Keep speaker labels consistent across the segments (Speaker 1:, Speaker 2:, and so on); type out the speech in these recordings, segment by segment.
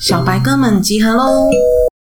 Speaker 1: 小白哥们集合喽！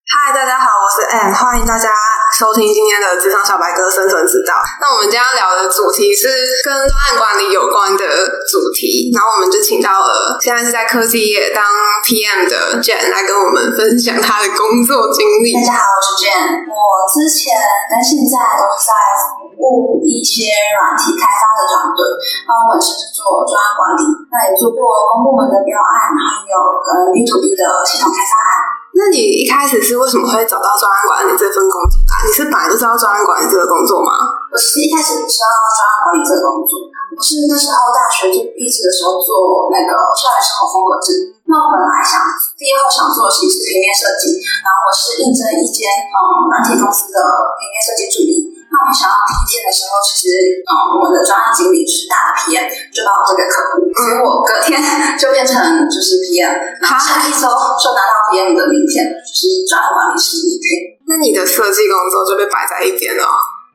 Speaker 2: 嗨，大家好，我是 a n n 欢迎大家收听今天的《职场小白哥生存之道》。那我们今天要聊的主题是跟专案管理有关的主题，然后我们就请到了现在是在科技业当 PM 的 Jen 来跟我们分享她的工作经历。
Speaker 3: 大家好，我是 Jane。我之前跟现在都是在服务一些软体开发的团队，那我本身是做专案管理，那也做过公部门的标案，还有跟 B to B 的系统开发案。
Speaker 2: 那你一开始是为什么会找到专案管理这份工作啊？你是本来就知道专案管理这个工作吗？
Speaker 3: 我其实一开始不知道专案管理这个工作，我是那时候大学就毕业的时候做那个校园生活风格制。那我本来想毕业后想做的其实是平面设计，然后我是应征一间嗯软体公司的平面设计助理。那我们想要第一天的时候，其实嗯我们的专案经理是大的 PM 就把我这个客户，所以我隔天 就变成就是 PM，然后下一周就拿到 PM 的名片，就是专案管理师名片。
Speaker 2: 那你的设计工作就被摆在一边了哦。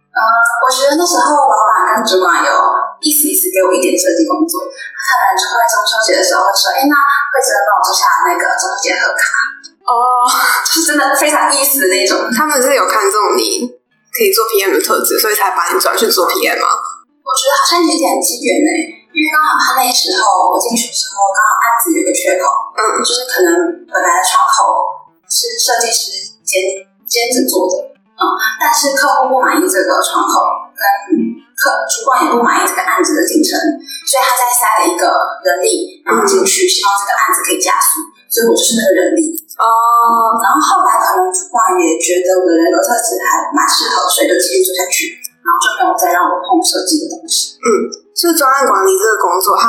Speaker 3: 呃，我觉得那时候老板跟主管有意思意思给我一点设计工作，他可能就会中秋节的时候会说，哎，那慧珍帮我做下那个中秋节贺卡，
Speaker 2: 哦，
Speaker 3: 就是真的非常意思的那种。
Speaker 2: 他们是有看中你可以做 PM 的特质，所以才把你转去做 PM 吗？
Speaker 3: 我觉得好像有点机缘呢，因为刚好他那时候我进去的时候，刚好案子有个缺口，
Speaker 2: 嗯，
Speaker 3: 就是可能本来的窗口是设计师兼兼着做的，嗯，但是客户不满意这个窗口，跟客主管也不满意这个案子的进程，所以他再塞了一个人力然后进去，希望这个案子可以加速，所以我就是那个人力。呃
Speaker 2: 哦，
Speaker 3: 然后后来可能主管也觉得我的人格特质还蛮适合，所以就继续做下去，然后就没有再让我碰设计的东西。
Speaker 2: 就专案管理这个工作，它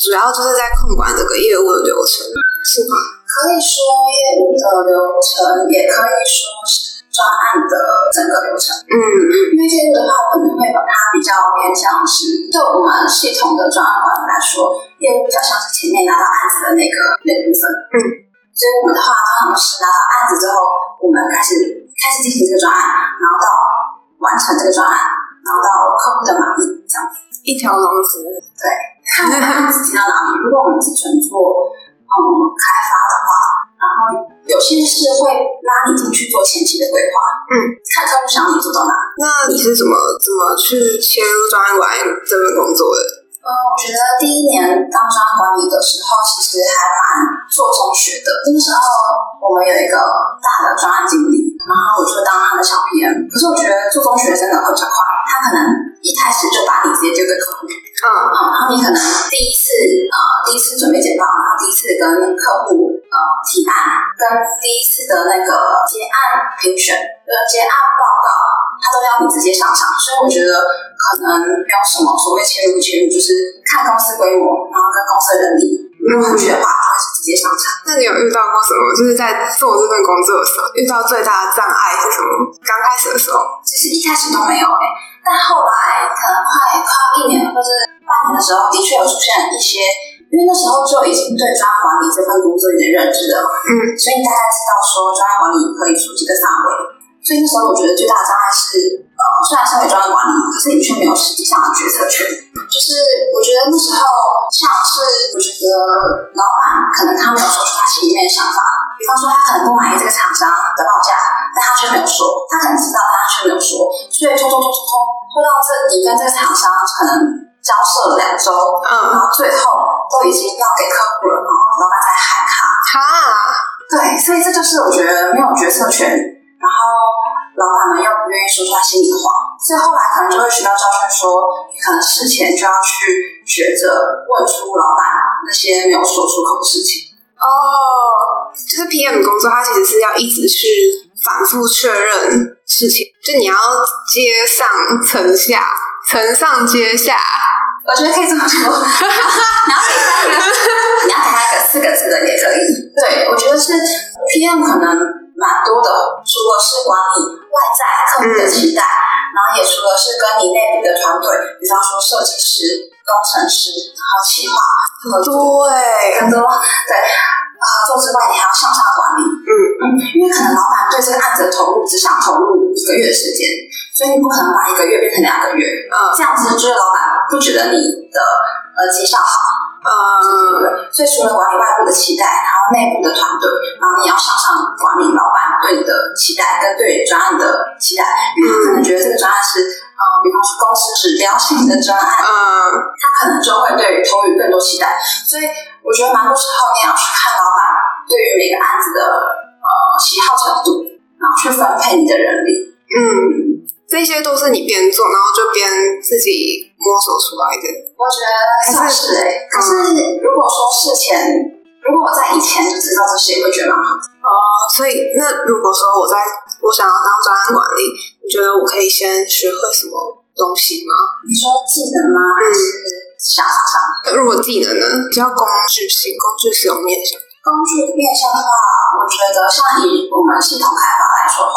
Speaker 2: 主要就是在控管整个业务的流程，是吗？
Speaker 3: 可以说业务的流程，也可以说是专案的整个流程。
Speaker 2: 嗯嗯
Speaker 3: 因为这个的话，我可能会把它比较偏向是对我们系统的专案管理来说，业务比较像是前面拿到案子的那个那部分。
Speaker 2: 嗯，
Speaker 3: 所以我们的话，通常是拿到案子之后，我们开始开始进行这个专案，然后到完成这个专案，然后到客户的满意这样子。
Speaker 2: 一条龙服务。
Speaker 3: 看我们自己到哪里。如果我们只纯做嗯开发的话，然后有些是会拉你进去做前期的规划，
Speaker 2: 嗯，
Speaker 3: 看客户想你做到哪。
Speaker 2: 那你是怎么怎么去切入专案管理这份工作的？
Speaker 3: 嗯，我觉得第一年当专案管理的时候，其实还蛮做中学的。那时候我们有一个大的专案经理，然后我就当他的小 PM。可是我觉得做中学真的会比较快，他可能一开始就把你直接丢给客
Speaker 2: 嗯，
Speaker 3: 户，嗯，然后你可能第一次呃第一次准备简报，然后第一次跟客户呃提案，跟第一次的那个结案评选，呃结案报告，他都要你直接上场，所以我觉得可能没有什么所谓切入不切入，就是看公司规模，然后跟公司的能力。
Speaker 2: 嗯
Speaker 3: 如果去的话，就会是直接上场。
Speaker 2: 那你有遇到过什么？就是在做这份工作的时候，遇到最大的障碍是什么？刚开始的时候，
Speaker 3: 其实一开始都没有哎、但后来可能快快要一年或是半年的时候，的确有出现一些，因为那时候就已经对专案管理这份工作有点认知了嘛，
Speaker 2: 嗯，
Speaker 3: 所以大家知道说专案管理可以触及的范围。所以那时候我觉得最大的障碍是，呃，虽然身为专案管理，可是你却没有实际上的决策权。就是我觉得那时候像是我觉得老板可能他没有说出他心里面的想法，比方说他可能不满意这个厂商的报价，但他却没有说，他可能知道，但他却没有说，所以拖拖拖拖拖拖到这你跟这个厂商可能交涉了两周，
Speaker 2: 嗯，
Speaker 3: 然后最后都已经要给客户了，然后老板才喊卡。
Speaker 2: 哈，
Speaker 3: 对，所以这就是我觉得没有决策权，然后老板们又不愿意说出他心里话，所以后来可能就会学到教训说，你可能事前就要去学着问出老板那些没有说出口的事情。
Speaker 2: 哦，就是 PM 工作，它其实是要一直去反复确认事情，就你要接上层下，层上接下，
Speaker 3: 我觉得可以这么说，你要给他一个，你要给他一个四个字的也可以。对，我觉得是 PM 可能蛮多的，除了是管理外在客户的期待，然后也除了是跟你内部的团队，比方说设计师、工程师，然后企划、合作
Speaker 2: 对，
Speaker 3: 很多对，合呃作之外，你还要向上管理。
Speaker 2: 嗯
Speaker 3: 嗯，因为可能老板对这个案子的投入只想投入一个月的时间，所以你不可能把一个月变成两个月，
Speaker 2: 嗯
Speaker 3: 这样子就是老板不觉得你的呃绩效好。
Speaker 2: 嗯，
Speaker 3: 对，所以除了管理外部的期待，然后内部的团队，然后你要向上管理老板对你的期待跟对专案的期待，因为他可能觉得这个专案是呃，比方说公司指标性的专案，
Speaker 2: 嗯，
Speaker 3: 他可能就会对投予更多期待。所以我觉得蛮多时候你要去看老板对于每个案子的呃喜好程度，然后去分配你的人力。
Speaker 2: 嗯，这些都是你边做，然后就边自己摸索出来的。
Speaker 3: 我觉得算是哎、可是如果说事前，如果我在以前就知道这些，我会觉得蛮好。
Speaker 2: 哦所以，那如果说我在我想要当专案管理，你觉得我可以先学会什么东西吗？嗯
Speaker 3: 你说技能吗？还是想法上？
Speaker 2: 如果技能呢，比较工具性、工具使用面向。
Speaker 3: 工具面向的话，我觉得像以我们系统开发来说的话，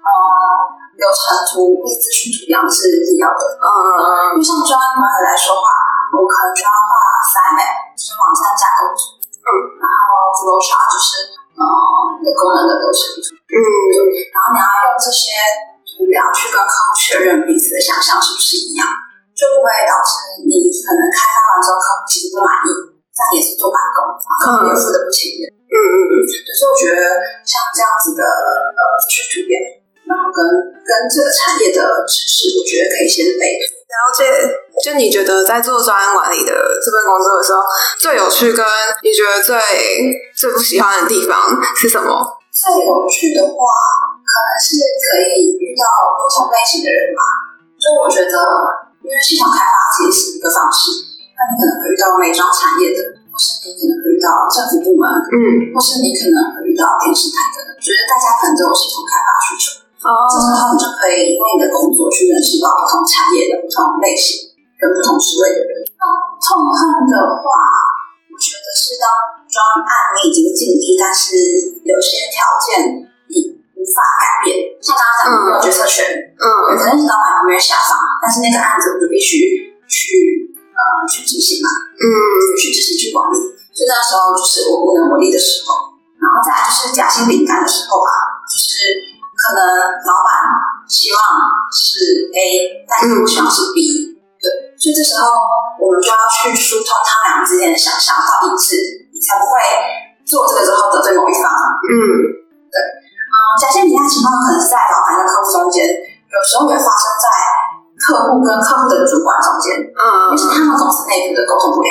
Speaker 3: 呃，流程图或者资讯图样是必要的。因
Speaker 2: 嗯
Speaker 3: 为像专业管理来说的话，我可能就要画 s i m a 就是网站架构图，
Speaker 2: 嗯，
Speaker 3: 然后 flowchart 就是呃你的功能的流程图，
Speaker 2: 嗯
Speaker 3: 然后你要用这些图表去跟客户确认彼此的想象是不是一样，就不会导致你可能开发完之后客户其实不满意，但也是坐办公，然后客户也付的不情愿。
Speaker 2: 嗯嗯嗯，
Speaker 3: 所以我觉得像这样子的呃资讯图表，然后跟跟这个产业的知识，我觉得可以先备。
Speaker 2: 了解。就你觉得在做专案管理的这份工作的时候，最有趣跟你觉得最最不喜欢的地方是什么？
Speaker 3: 最有趣的话，可能是可以遇到不同类型的人吧。就我觉得，因为市场开发其实是一个方式，那你可能会遇到美妆产业的，或是你可能会遇到政府部门，
Speaker 2: 嗯，
Speaker 3: 或是你可能会遇到电视台的人，觉得大家可能都有系统开发需求。这时
Speaker 2: 哦，
Speaker 3: 候你就可以因为你的工作去认识到不同产业的不同类型跟不同职位的人。那痛恨的话，我觉得是当专案你已经尽力，但是有些条件你无法改变，像刚刚讲的没有决策权，有
Speaker 2: 嗯
Speaker 3: 可能是老板不愿意下放，但是那个案子我就必须去呃去执行嘛。
Speaker 2: 嗯。
Speaker 3: 去执行去管理。所以那时候就是我无能为力的时候，然后再来就是假性饼干的时候啊，就是可能老板希望是 A，但是我希望是 B，、对，所以这时候我们就要去疏通他俩之间的想象到一致，你才不会做这个之后得罪某一方。
Speaker 2: 嗯
Speaker 3: 嗯，假设你那情况可能是在老板跟客户中间，有时候也发生在客户跟客户的主管中间。
Speaker 2: 嗯
Speaker 3: 而且他们公司内部的沟通不良。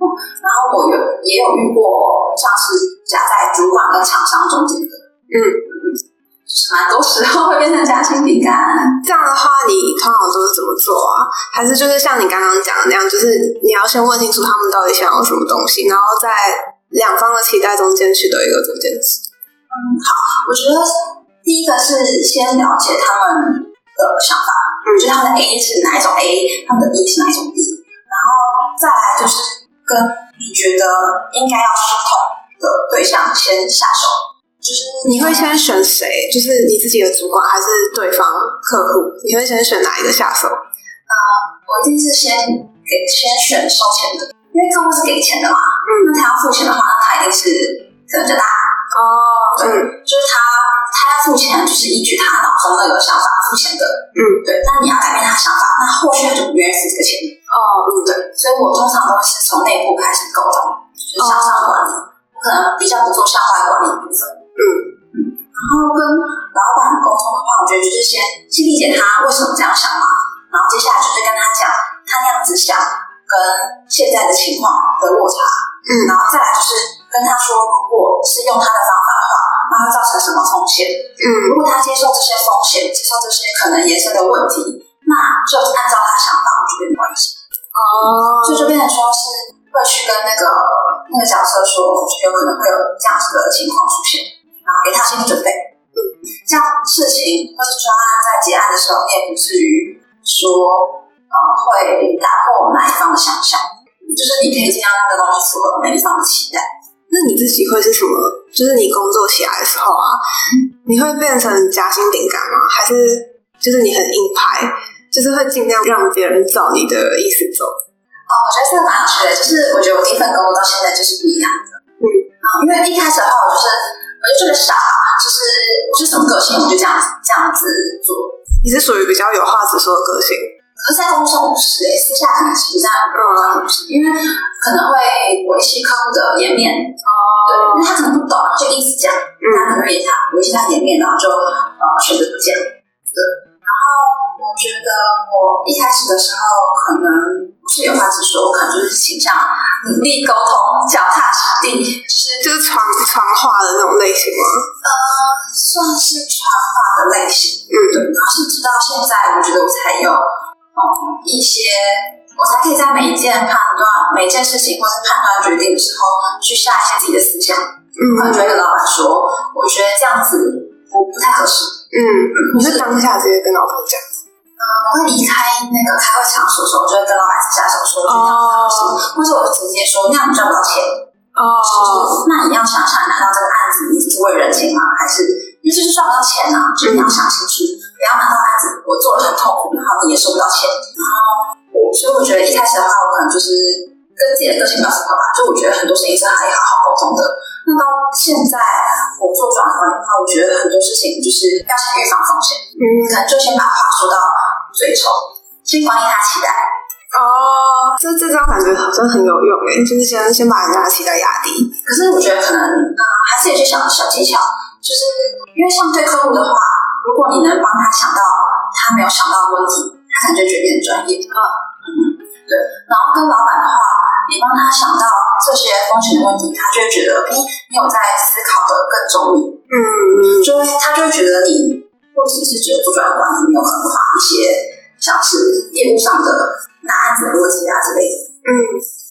Speaker 3: 哦然后我有也有遇过，像是夹在主管跟厂商中间的，
Speaker 2: 嗯，
Speaker 3: 就是蛮多时候会变成夹心饼干。
Speaker 2: 这样的话，你通常都是怎么做啊？还是就是像你刚刚讲的那样，就是你要先问清楚他们到底想要什么东西，然后在两方的期待中间取得一个中间值。
Speaker 3: 我觉得第一个是先了解他们的想法，
Speaker 2: 嗯
Speaker 3: 就是他们的 A 是哪一种 A，他们的 B 是哪一种 B，然后再来就是跟你觉得应该要疏通的对象先下手，就是
Speaker 2: 你会先选谁？就是你自己的主管还是对方客户？你会先选哪一个下手？
Speaker 3: 我一定是先给先选收钱的，因为客户是给钱的嘛，那他要付钱的话，那他一定是可能就大，
Speaker 2: 哦，
Speaker 3: 对，
Speaker 2: 嗯
Speaker 3: 就是他他要付钱，就是依据他脑中的有想法付钱的，
Speaker 2: 嗯，
Speaker 3: 对。那你要改变他的想法，那或许他就不愿意付这个钱，
Speaker 2: 哦，
Speaker 3: 嗯，对。所以我通常都会是从内部开始沟通，就是向上管理，我可能比较不做向外管理的部分，
Speaker 2: 哦嗯
Speaker 3: 然后跟老板沟通的话，我觉得就是先去理解他为什么这样想嘛，然后接下来就是跟他讲他那样子想跟现在的情况的落差，
Speaker 2: 嗯
Speaker 3: 然后再来就是跟他说，如果是用他的方法的话，那会造成什么风险？
Speaker 2: 嗯
Speaker 3: 如果他接受这些风险，接受这些可能衍生的问题，那就按照他想法，我觉得没关系。
Speaker 2: 哦，
Speaker 3: 所以就变成说是会去跟那个那个角色说，就是有可能会有这样子的情况出现，然后给他心理准备。这样事情或是专案在结案的时候，你也不至于说呃会打破哪一方的想象，嗯就是你可以尽量让这个东西符合每一方的期待。
Speaker 2: 那你自己会是什么？就是你工作起来的时候啊，你会变成夹心饼干吗？还是就是你很硬派，就是会尽量让别人照你的意思走？
Speaker 3: 哦，我觉得这个蛮有趣的，就是我觉得我第一份工作到现在就是不一样的。
Speaker 2: 嗯，
Speaker 3: 因为一开始的话，我就是我就觉得傻，就是就是什么个性，我就这样子这样子做。
Speaker 2: 你是属于比较有话直说的个性，
Speaker 3: 可是，在工作上不是哎、私下可能其实这样不是，因为可能会维系客户的颜面，对，因为他可能不懂，然后就一直讲，
Speaker 2: 嗯
Speaker 3: 那可能也他维系他颜面，然后就呃选择不讲，对。然后我觉得我一开始的时候可能不是有话直说，我可能就是倾向努力沟通，脚踏实地，就是
Speaker 2: 就是传传话的那种类型吗？
Speaker 3: 呃，算是传话的类型，
Speaker 2: 嗯，
Speaker 3: 对。然后是直到现在，我觉得我才有嗯一些，我才可以在每一件判断、每件事情或是判断决定的时候，去下一些自己的思想。我可能
Speaker 2: 嗯
Speaker 3: 就会跟老板说，我觉得这样子我不太合适。
Speaker 2: 嗯，你是当下直接跟老板讲？
Speaker 3: 我会离开那个开会场所的时候，我就会跟老板私下说，我觉得这样不合适，或者我就直接说，那你赚不到钱。
Speaker 2: 哦，
Speaker 3: 就是那你要想想，拿到这个案子，你只是为人情吗？还是因为这是赚不到钱啊？就是你要想清楚，不要拿到案子，我做了很痛苦，然后你也收不到钱。然后我，所以我觉得一开始的话，我可能就是跟自己的个性比较符合吧。就我觉得很多事情是可以好好沟通的。那到现在我做转换的话，我觉得很多事情就是要先预防风险，
Speaker 2: 嗯，
Speaker 3: 可能就先把话说到最丑，先管理他期待。
Speaker 2: 哦，这这招感觉好像很有用诶，就是先先把人家的期待压低。
Speaker 3: 可是我觉得可能啊、呃还是有些小小技巧，就是因为像对客户的话，如果你能帮他想到他没有想到的问题，他可能就觉得你很专业。嗯对。然后跟老板的话，你帮他想到这些风险的问题，他就会觉得，哎，你有在思考的更周密，
Speaker 2: 嗯，
Speaker 3: 就会他就会觉得你不只是只有做专业管理，你有很多一些像是业务上的拿案子的逻辑啊之类的。
Speaker 2: 嗯，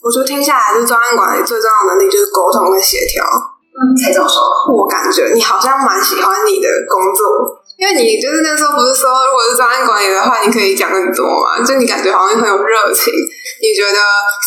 Speaker 2: 我觉得听下来，就是专案管理最重要的能力就是沟通跟协调。
Speaker 3: 嗯，可以这么说吧。
Speaker 2: 我感觉你好像蛮喜欢你的工作，因为你就是那时候不是说，如果是专案管理的话，你可以讲很多嘛，就你感觉好像很有热情。你觉得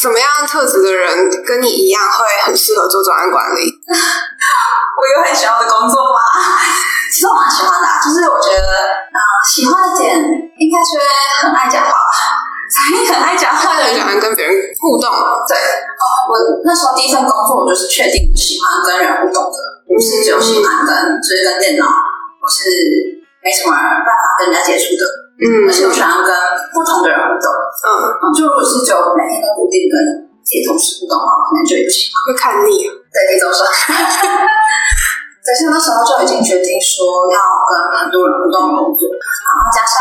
Speaker 2: 什么样特质的人跟你一样会很适合做专案管理？
Speaker 3: 我有很喜欢的工作吗？ 其实我蛮喜欢的、啊，就是我觉得啊、喜欢的点应该是很爱讲话吧， 才很爱讲话的
Speaker 2: 很
Speaker 3: 人
Speaker 2: 喜。欢跟别人互动，
Speaker 3: 对，哦，我那时候第一份工作，我就是确定我喜欢跟人互动的，不是只有喜欢跟就是跟电脑，我是没什么办法跟人家接触的，
Speaker 2: 嗯
Speaker 3: 而且我喜欢跟不同的人互动。
Speaker 2: 嗯，
Speaker 3: 嗯，就如果是只有每天都固定跟自己同事互动的话，我可能就不喜
Speaker 2: 会
Speaker 3: 欢。
Speaker 2: 看腻。
Speaker 3: 对，可以这么说。 可是那时候就已经决定说要跟很多人互动工作，然后加上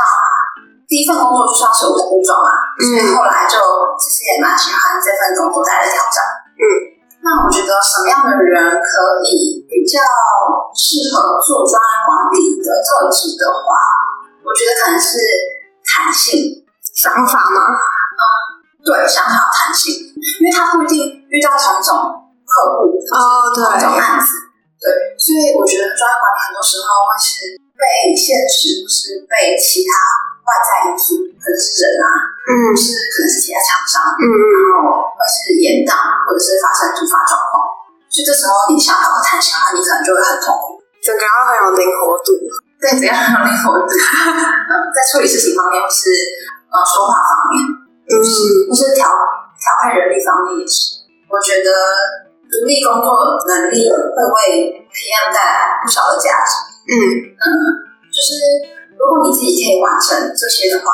Speaker 3: 第一份工作就算是我的工作嘛，
Speaker 2: 嗯
Speaker 3: 所以后来就其实也蛮喜欢这份工作带来的挑战。
Speaker 2: 嗯，
Speaker 3: 那我觉得什么样的人可以比较适合做专案管理的特质的话，我觉得可能是弹性，呃
Speaker 2: 想法吗？
Speaker 3: 对，想法有弹性，因为他不一定遇到同一种客户，
Speaker 2: 哦，
Speaker 3: 这种案子。对，所以我觉得专业管理很多时候会是被现实，或是被其他外在因素，可能是人啊，
Speaker 2: 嗯
Speaker 3: 或是可能是其他厂商，
Speaker 2: 嗯嗯
Speaker 3: 然后或是延宕，或者是发生突发状况。所以这时候你想法不弹性的话，你可能就会很痛苦。
Speaker 2: 整个要很有灵活度。
Speaker 3: 对，怎样让灵活度？ 嗯，在处理事情方面，或是呃说话方面，
Speaker 2: 嗯
Speaker 3: 或是调调配人力方面也是。我觉得独立工作能力会为培养带来不少的价值。
Speaker 2: 嗯，
Speaker 3: 就是如果你自己可以完成这些的话，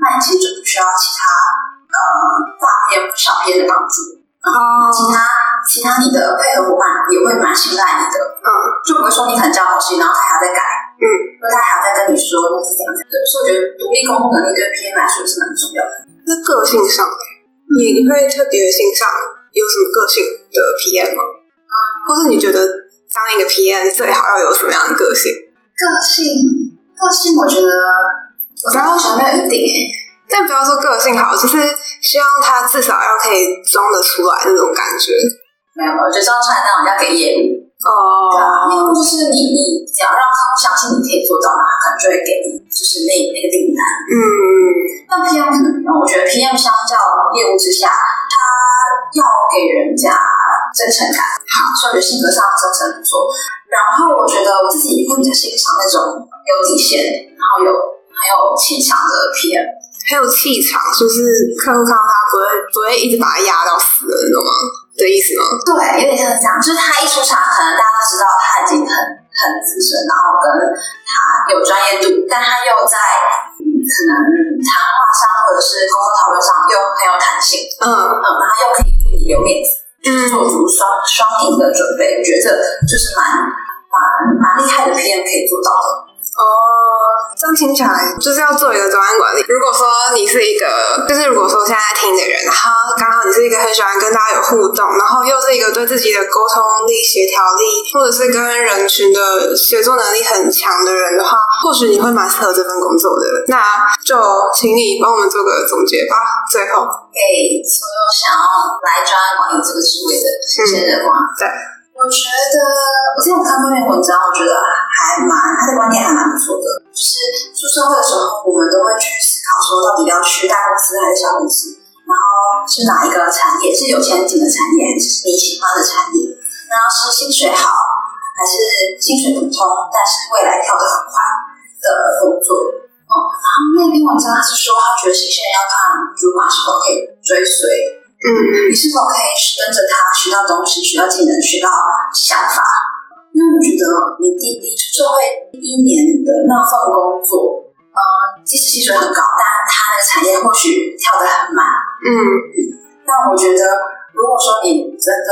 Speaker 3: 那你其实就不需要其他呃大片小片的帮助，
Speaker 2: 哦，
Speaker 3: 其他其他你的配合伙伴也会蛮信赖你的，
Speaker 2: 嗯，
Speaker 3: 就不会说你很教东西，然后他还要再改，
Speaker 2: 嗯，
Speaker 3: 或者他还要再跟你说你是怎样子的，所以我觉得独立工作能力对 PM 来说是蛮重要的。
Speaker 2: 那个性上呢，
Speaker 3: 嗯
Speaker 2: 你会特别欣赏有什么个性的 PM 吗？或是你觉得当一个 PM 最好要有什么样的个性？
Speaker 3: 个性，个性，我觉得我觉得好像没有一欸定诶、
Speaker 2: 但不要说个性好，就是希望他至少要可以装得出来那种感觉。
Speaker 3: 没有，我觉得这样穿那种要给业务。对
Speaker 2: 哦，
Speaker 3: 啊，那个就是你，你只要让客户相信你可以做到，那他可能就会给你就是那那个订单。
Speaker 2: 嗯，
Speaker 3: 但 PM 可能没有，我觉得 PM 相较业务之下，他要给人家真诚感，好，所以我觉得性格上真诚不错。然后我觉得我自己会比较欣赏那种有底线，然后有很有气场的 PM。
Speaker 2: 很有气场，就是客户看到他不会不会一直把他压到死的那种吗？
Speaker 3: 嗯，
Speaker 2: 的意思吗？
Speaker 3: 对，有点像这样，就是他一出场，可能大家都知道他已经很很资深，然后跟他有专业度，但他又在嗯可能谈话上或者是沟通讨论上又很有弹性，
Speaker 2: 嗯
Speaker 3: 嗯，然后又可以为你留面子，做
Speaker 2: 嗯
Speaker 3: 足双双赢的准备，觉得就是蛮蛮蛮厉害的 PM 可以做到的。
Speaker 2: 哦，这样听起来就是要做一个专案管理。如果说你是一个，就是如果说现在听的人，然后刚好你是一个很喜欢跟大家有互动，然后又是一个对自己的沟通力、协调力，或者是跟人群的协作能力很强的人的话，或许你会蛮适合这份工作的。那就请你帮我们做个总结吧。最后，
Speaker 3: 给所有想要来专案管理这个职位的这些人吗？
Speaker 2: 对，
Speaker 3: 我觉得我之前有看过一篇文章，我觉得还蛮他的观点还蛮不错的。就是出社会的时候，我们都会去思考说，到底要去大公司还是小公司，然后是哪一个产业是有前景的产业，还是你喜欢的产业，然后是薪水好还是薪水普通，但是未来跳得很快的工作。哦，然后那篇文章他是说，他觉得新鲜人要看主管是否可以追随
Speaker 2: 嗯嗯
Speaker 3: 你是否可以跟着他学到东西、学到技能、学到想法？因为我觉得你第一出社会第一年的那份工作，呃，即使薪水很高，但它那个产业或许跳得很慢。
Speaker 2: 嗯
Speaker 3: 那我觉得，如果说你真的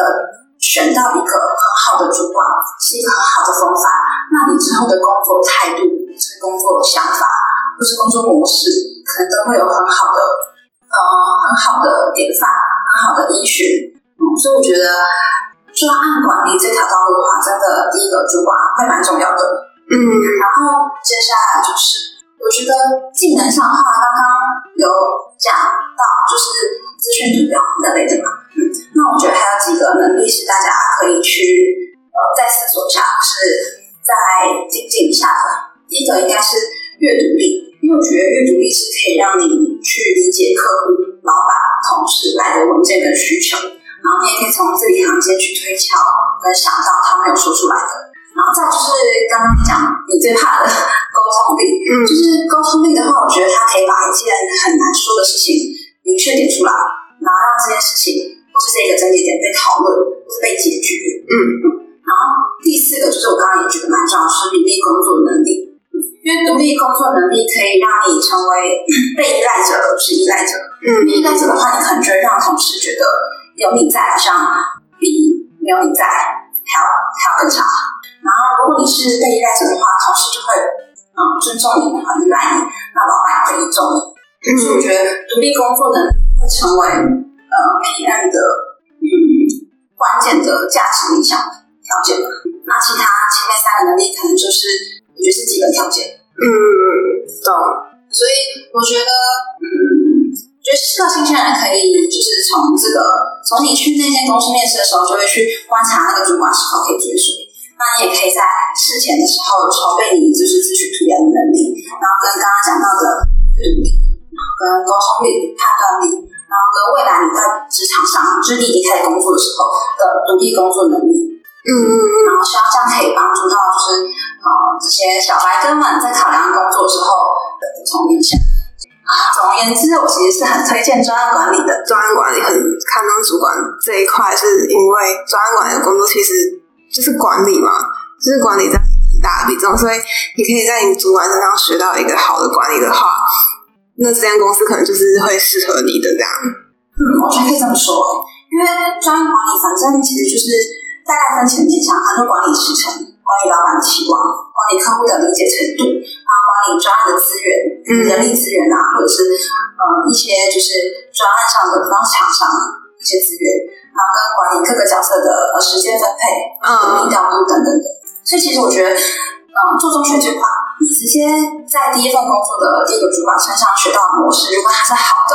Speaker 3: 选到一个很好的主管，是一个很好的风范，那你之后的工作态度、是工作想法，或是工作模式，可能都会有很好的，呃，很好的典范，很好的依循。嗯，所以我觉得。专案管理这条道路的话，真的第一个主管会蛮重要的，
Speaker 2: 嗯
Speaker 3: 然后接下来就是，我觉得技能上的话，刚刚有讲到，就是资讯仪表那类的嘛。嗯，那我觉得还有几个能力是大家可以去呃再思索一下，是再精进一下的。第一个应该是阅读力，因为我觉得阅读力是可以让你去理解客户、老板、同事来的文件跟需求，然后你也可以从字里行间去推敲跟想到他没有说出来的。然后再就是刚刚讲你最怕的 沟通力，
Speaker 2: 嗯
Speaker 3: 就是沟通力的话，我觉得它可以把一件很难说的事情明确点出来，然后让这件事情或是这个症结点被讨论或是被解决。
Speaker 2: 嗯
Speaker 3: 然后第四个就是我刚刚也觉得蛮重要，是独立工作能力，因为独立工作能力可以让你成为 被依赖者而不是依赖者。
Speaker 2: 嗯
Speaker 3: 因为依赖者的话，你可能就会让同事觉得有你在好像比没有你在还要还要更差。然后如果你是被依赖者的话，同事就会嗯尊重你，然后依赖你，那老板也会倚重你。所以
Speaker 2: 嗯
Speaker 3: 我觉得独立工作能力会成为呃 PM 的嗯关键的价值影响条件吧。那其他前面三个能力可能就是我觉得是基本条件。
Speaker 2: 嗯，懂。
Speaker 3: 所以我觉得，嗯，我觉得个新鲜人可以就是从这个，从你去那间公司面试的时候，就会去观察那个主管是否可以追随。那你也可以在事前的时候筹备你就是自取图源的能力，然后跟刚刚讲到的阅读力、跟沟通力、判断力，然后跟未来你在职场上，就是你已经开始工作的时候的独立工作能力。
Speaker 2: 嗯嗯嗯。
Speaker 3: 然后希望这样可以帮助到就是呃这些小白哥们在考量工作之后的补充意见。啊总而言之，我其实是很推荐专案管理的。
Speaker 2: 专案管理很看重主管这一块，是因为专案管理的工作其实就是管理嘛，就是管理占很大的比重，所以你可以在你主管身上学到一个好的管理的话，那这间公司可能就是会适合你的这样。
Speaker 3: 嗯，我觉得可以这么说，因为专案管理反正其实就是大概分前面向，它就管理时程、管理老板的期望、管理客户的理解程度，然后管理专案的资源、
Speaker 2: 嗯
Speaker 3: 人力资源啊，或者是呃一些就是专案上的方厂商的一些资源，然后跟管理各个角色的呃时间分配。
Speaker 2: 嗯
Speaker 3: 力调度等等等。所以其实我觉得，嗯，做中学这块，你直接在第一份工作的第一个主管身上学到的模式，如果它是好的，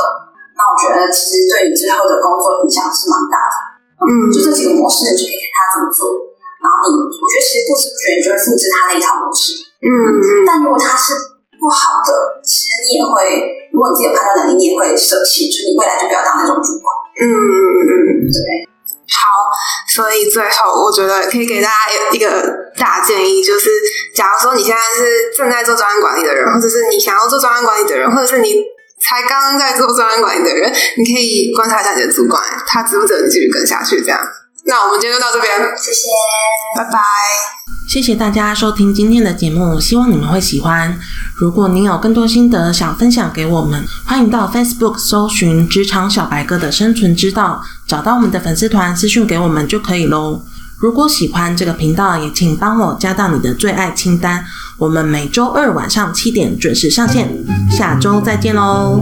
Speaker 3: 那我觉得其实对你之后的工作影响是蛮大的。
Speaker 2: 嗯
Speaker 3: 就这几个模式，你就可以看他怎么做。然后你，我觉得其实不知不觉你就会复制他那一套模式。
Speaker 2: 嗯嗯
Speaker 3: 但如果他是不好的，其实你也会，如果你自己有判断能力，你也会舍弃，就是你未来就不要当那种主管。
Speaker 2: 嗯嗯嗯。
Speaker 3: 对，
Speaker 2: 好，所以最后我觉得可以给大家一个大建议，就是假如说你现在是正在做专案管理的人，或者是你想要做专案管理的人，或者是你才刚在做专案管理的人，你可以观察一下你的主管，他值不值得你继续跟下去。这样，那我们今天就到这边，
Speaker 3: 谢谢，
Speaker 2: 拜拜。
Speaker 1: 谢谢大家收听今天的节目，希望你们会喜欢。如果您有更多心得想分享给我们，欢迎到 Facebook 搜寻“职场小白哥的生存之道”，找到我们的粉丝团私讯给我们就可以喽。如果喜欢这个频道，也请帮我加到你的最爱清单。我们每周二晚上七点准时上线，下周再见喽。